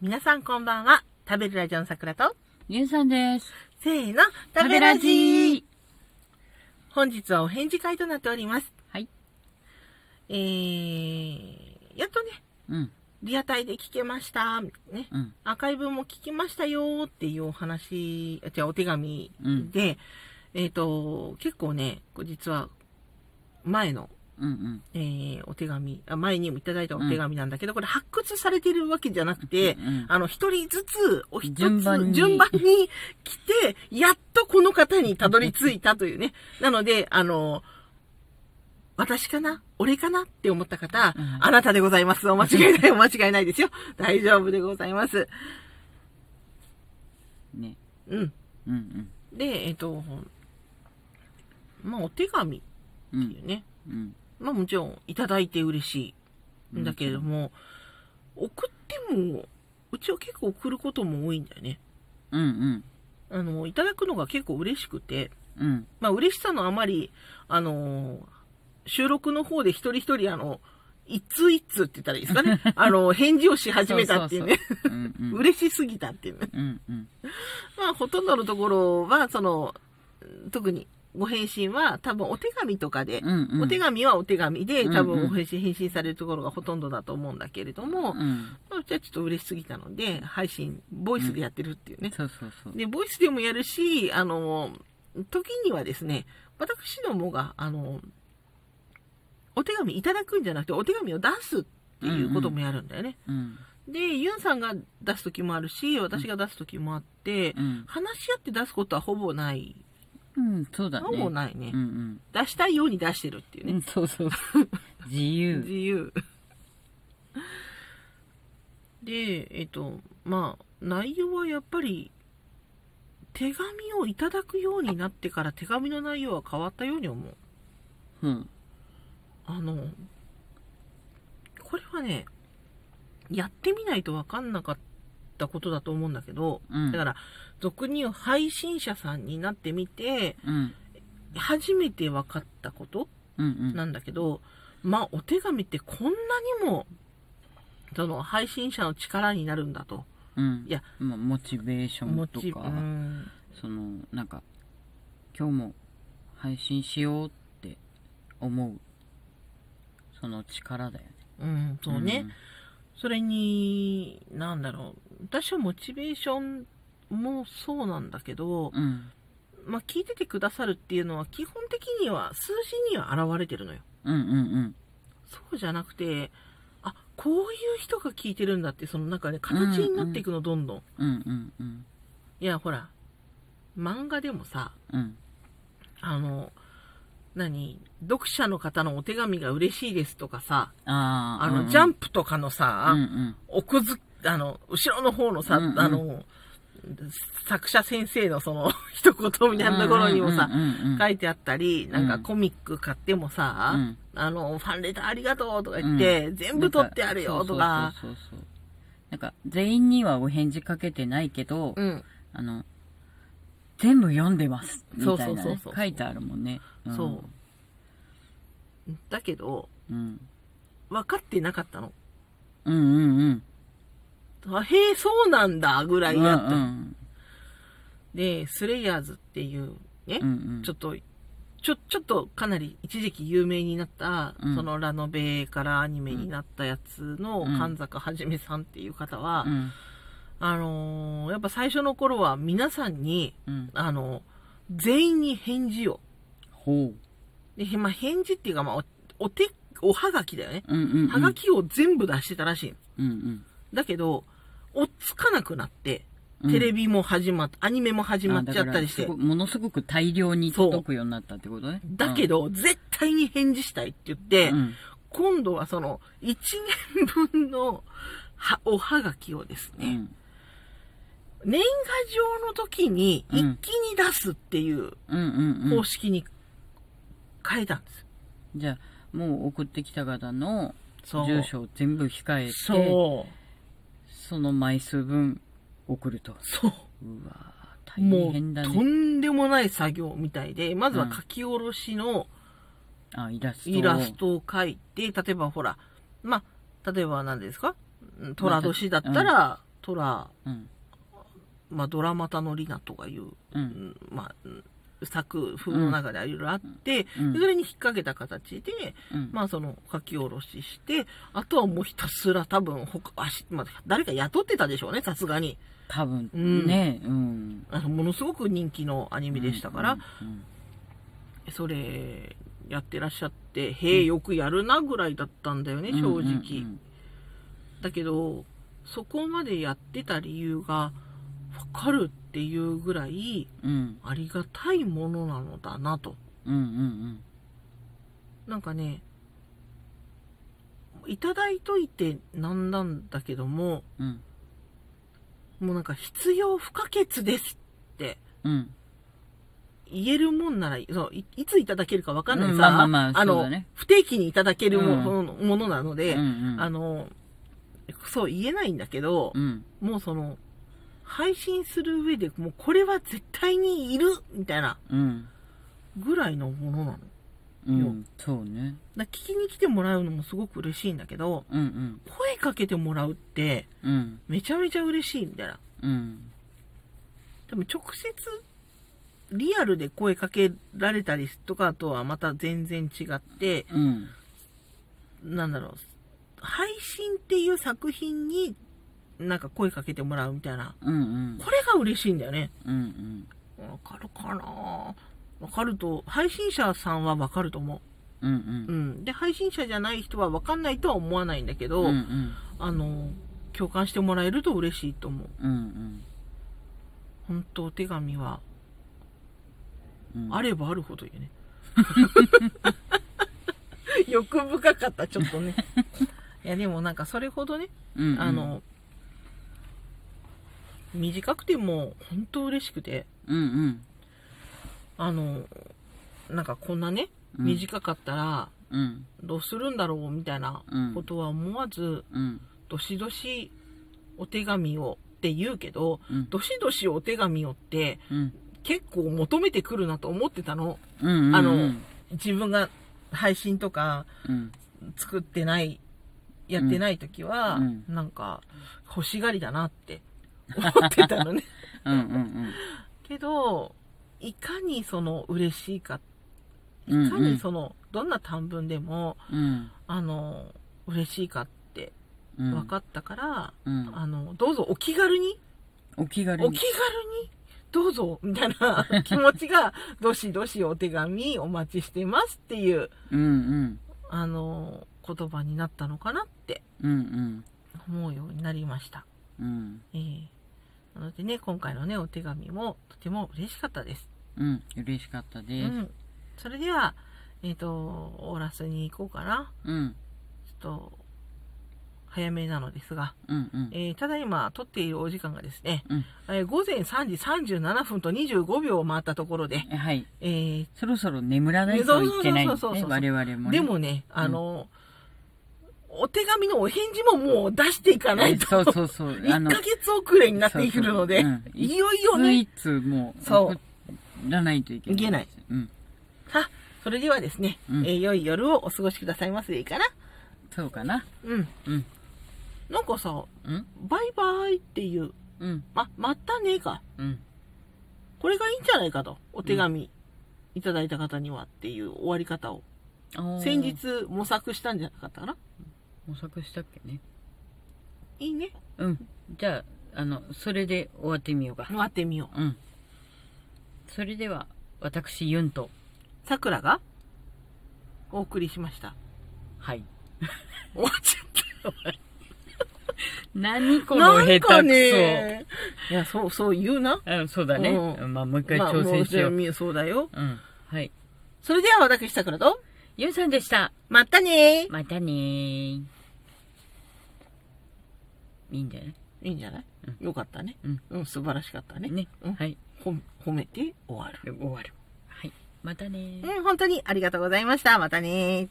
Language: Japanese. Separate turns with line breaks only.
皆さんこんばんは。食べるラジオの桜と、
ゆうさんです。
せーの、食べラジー本日はお返事会となっております。
はい。
えー、やっとね、
うん、
リアタイで聞けました。ね。
うん、
アーカイブも聞きましたよーっていうお話、あじゃあお手紙で、えっ、と、結構ね、これ実は前の、
うん、うん。
えーお手紙あ、前にもいただいたお手紙なんだけど、これ発掘されてるわけじゃなくて、
うん
あの、一人ずつ、お一つ、順
順
番
番
に
に
来て、やっとこの方にたどり着いたというね。なので、あの、私かな俺かなって思った方、
うん
あなたでございます。お間違いない、お間違いないですよ。大丈夫でございます。
ね、
うん。
うん、
で、えっと、まあ、お手紙
うん、う
ってい
ん、
うね。
うん。
まあ、もちろん、いただいて嬉しいんだけれども、送っても、うちは結構送ることも多いんだよね。
うん、うん、
あの、いただくのが結構嬉しくて、
うん、
まあ、嬉しさのあまり、あのー収録の方で一人一人、あの、一通一通って言ったらいいですか ね。あの、返事をし始めたっていうね。
うん、うん、
嬉しすぎたっていうね。
うん、うん、
まあ、ほとんどのところは、その、特にご返信は多分お手紙とかで、
うん、うん。
お手紙はお手紙で、多
うん
分
うん
お返信、返信されるところがほとんどだと思うんだけれども、ま
うん、
あうちはちょっと嬉しすぎたので、配信、ボイスでやってるっていうね。
そうそうそう。
で、ボイスでもやるし、あの、時にはですね、私どもが、あの、お手紙いただくんじゃなくて、お手紙を出すっていうこともやるんだよね。
うん、
で、ユンさんが出す時もあるし、私が出す時もあって、
うん、
話し合って出すことはほぼない。
うん、そうだね。
ほぼないね
う。ん、
出したいように出してるっていう
う
ね。
ん。そうそう。
自
自由。
由。 で、えっと、まあ、内容はやっぱり、手紙をいただくようになってから手紙の内容は変わったように思う。
うん、
あの、これはね、やってみないと分かんなかったことだと思うんだけど、
うん
だから、俗に言う配信者さんになってみて、
うん、
初めて分かったこと
うん、うん。
なんだけど、まあ、お手紙ってこんなにも、その、配信者の力になるんだと。
うん
いや、
まあモチベーションと
ち、う
か、
ん、
そのなんか今日も配信しようって思うその力だよね。
うん、そうね。それに、なんだろう。私はモチベーションもそうなんだけど、
うん。うん
まあ、聞いててくださるっていうのは、基本的には数字には現れてるのよ。
うんうん
そうじゃなくて、あ、こういう人が聞いてるんだって、そのなんかね、形になっていくの、どんどん。
うんうんうん
いや、ほら、漫画でもさ、
うん
あの、何読者の方のお手紙が嬉しいですとかさ、
あー
あ
うん
の、
うん
ジャンプとかのさ、
うんうん
奥ず、あの、後ろの方のさ、
うんうん
あの、作者先生のその、 一言みたいなところにもさ、
うんうんうん
書いてあったり、なんか
うん
コミック買ってもさ、
うん
あの、ファンレターありがとうとか言って、全部取ってあるよとか、
そうそうそうそうなんか全員にはお返事かけてないけど、
うん、
あの全部読んでますみたいな、ね、
そうそうそうそう
書いてあるもんね、ん、
そうだけど、
うん、
分かってなかったの。
うんうんうん
あへえ、そうなんだ、ぐらいだった。
うん
で、スレイヤーズっていう、ね、
うんうんうん
ちょっと、ちょ、ちょっとかなり一時期有名になった、
うん
そのラノベからアニメになったやつの
うん
神坂はじめさんっていう方は、
うん
あのーやっぱ最初の頃は皆さんに、
うん
あの全員に返事を。
ほう
で、まあ、返事っていうか、まあ、お、お手、おはがきだよね。
うんうんうん
はがきを全部出してたらしい。
うん
だけど、追っつかなくなって、
うん
テレビも始まっ、アニメも始まっちゃったりして
あだからす。ごいものすごく大量に届くようになったってことね
だけ
ど、
ど、絶対に返事したいって言って、
うん
今度はその1年分のはおはがきをです
う
ね、
ん
年賀状の時に
うん
一気に出すっていう
うんうんうん
方式に変えたんです。
じゃあもう送ってきた方の
そう。
住所を全部控えてそ
そう。
の枚数分送ると
そう。
うわー
も
大
う、
変だ
と
ね
んでもない作業みたいで、まずは
うん
書き下ろしの
あイラストを
イラストを書いて、例えばほら、まあ、例えば何ですかうん寅年だったら、トラ、
うん
まあ、ドラマタのリナとかいう、
う
うんんまあ、うん作風の中でいろいろあって、
うん
でそれに引っ掛けた形で、
うん
まあその書き下ろしして、あとはもうひたすら多分他、あしまあ、誰か雇ってたでしょうね、さすがに。
多分
うん
ねうん
あのものすごく人気のアニメでしたから、
うん
それやってらっしゃって、へえ、よくやるなぐらいだったんだよね、
うん
正直。
うん
だけど、そこまでやってた理由がわかるっていうぐらい
うん
ありがたいものなのだなと。
うんうん
なんかね、いただいといてなんなんだけども、
うんうん
もうなんか必要不可欠ですって
うん
言えるもんなら、そういいついただけるかわかんないさ、
うんまあまあまあそう
の、
だね
不定期にいただけるも,、のものなので、
うんうん
あの、そう言えないんだけど、
うん
もうその、配信する上でもうこれは絶対にいるみたいな
うん
ぐらいのものなの。
うんそうね
だから聞きに来てもらうのもすごく嬉しいんだけど、
うん
声かけてもらうって
うんうん
めちゃめちゃ嬉しいみたいな。
うん
でも直接リアルで声かけられたりとかとはまた全然違って、
うん
なんだろう、配信っていう作品になんか声かけてもらうみたいな。
うんうん
これが嬉しいんだよね。
うんうん
わかるかなわかると、配信者さんはわかると思
うんう
う。うんん。で、配信者じゃない人はわかんないとは思わないんだけど、
うんうん
あの、共感してもらえると嬉しいと思う。
うん
本当お手紙は、
うん
あればあるほどいいね。 欲深かった、ちょっとね。 いや、でもなんかそれほどね、
うんうん
あの、短くても本当嬉しくて、
うんうん
あの、なんかこんなね、
うん
短かったら
うん
どうするんだろうみたいな
うん
ことは思わず、
うん
どしどしお手紙をって言うけど、
うん
どしどしお手紙をって
うん
結構求めてくるなと思ってたの。
うんうん
あ
う
の
ん、
自分が配信とか
うん
作ってない、やってない時は、
うん
なんか欲しがりだなって思ってたの ね。
うんうん
けど、いかにその嬉しいか、い
うん
かにその、どんな短文でも、
うん
あの、嬉しいかって
うん
分かったから、
うん
あの、どうぞお気軽に、
お気軽
お
に
気軽に、どうぞ、みたいな 気持ちが、どしどしお手紙お待ちしてますっていう、
うんうん
あの、言葉になったのかなって
うん
思うようになりました。
うんうん
ええなのでね、今回のね、お手紙もとても嬉しかったです。
うん嬉しかった
う
です
ん。それでは、えっ、と、オーラスに行こうかな。
うん
ちょっと、早めなのですが、
うんうん
えーただいま撮っているお時間がですね、
うん
えー午前3時37分と25秒を回ったところで、
えはい
えー
そろそろ眠らないといけないんです
そうそうそうそう
ね
そう
我々もね
でもね、あの、お手紙のお返事ももう出していかないと、
そうそうそう
1ヶ月遅れになっているので、
そうそううん
いよいよね、
いつもう
そう
送らないといけない
いけない
うん
は、それではですね、
うん
えー良い夜をお過ごしくださいますでいいかな。
そうかな
うん。
うん
なんかさ、
うん
バイバイっていう、
うん
ま、またねか。
うん
これがいいんじゃないかと、お手紙いただいた方にはっていう終わり方を、
あー
先日模索したんじゃなかったかな。
模索したっけね
いいね。
うんじゃああのそれで終わってみようか
終わってみよう。
うんそれでは私ユンと
さくらがお送りしま した。
はい
終わっちゃった。
何この下手くそ、
いや、そう、そう言うな。
うんそうだね、
う
まあもう一回挑戦しよう、
まあもそうだよ。
うんはい
それでは私、さくらと、
ユンさんでした
またね
またねーいいんじゃない
いいんじゃないよかったね。
うん。
うん、素晴らしかったね。
ね、
うん
はい
ほ褒めて終わる。
終わるはいまたねー
うん、本当にありがとうございました。またね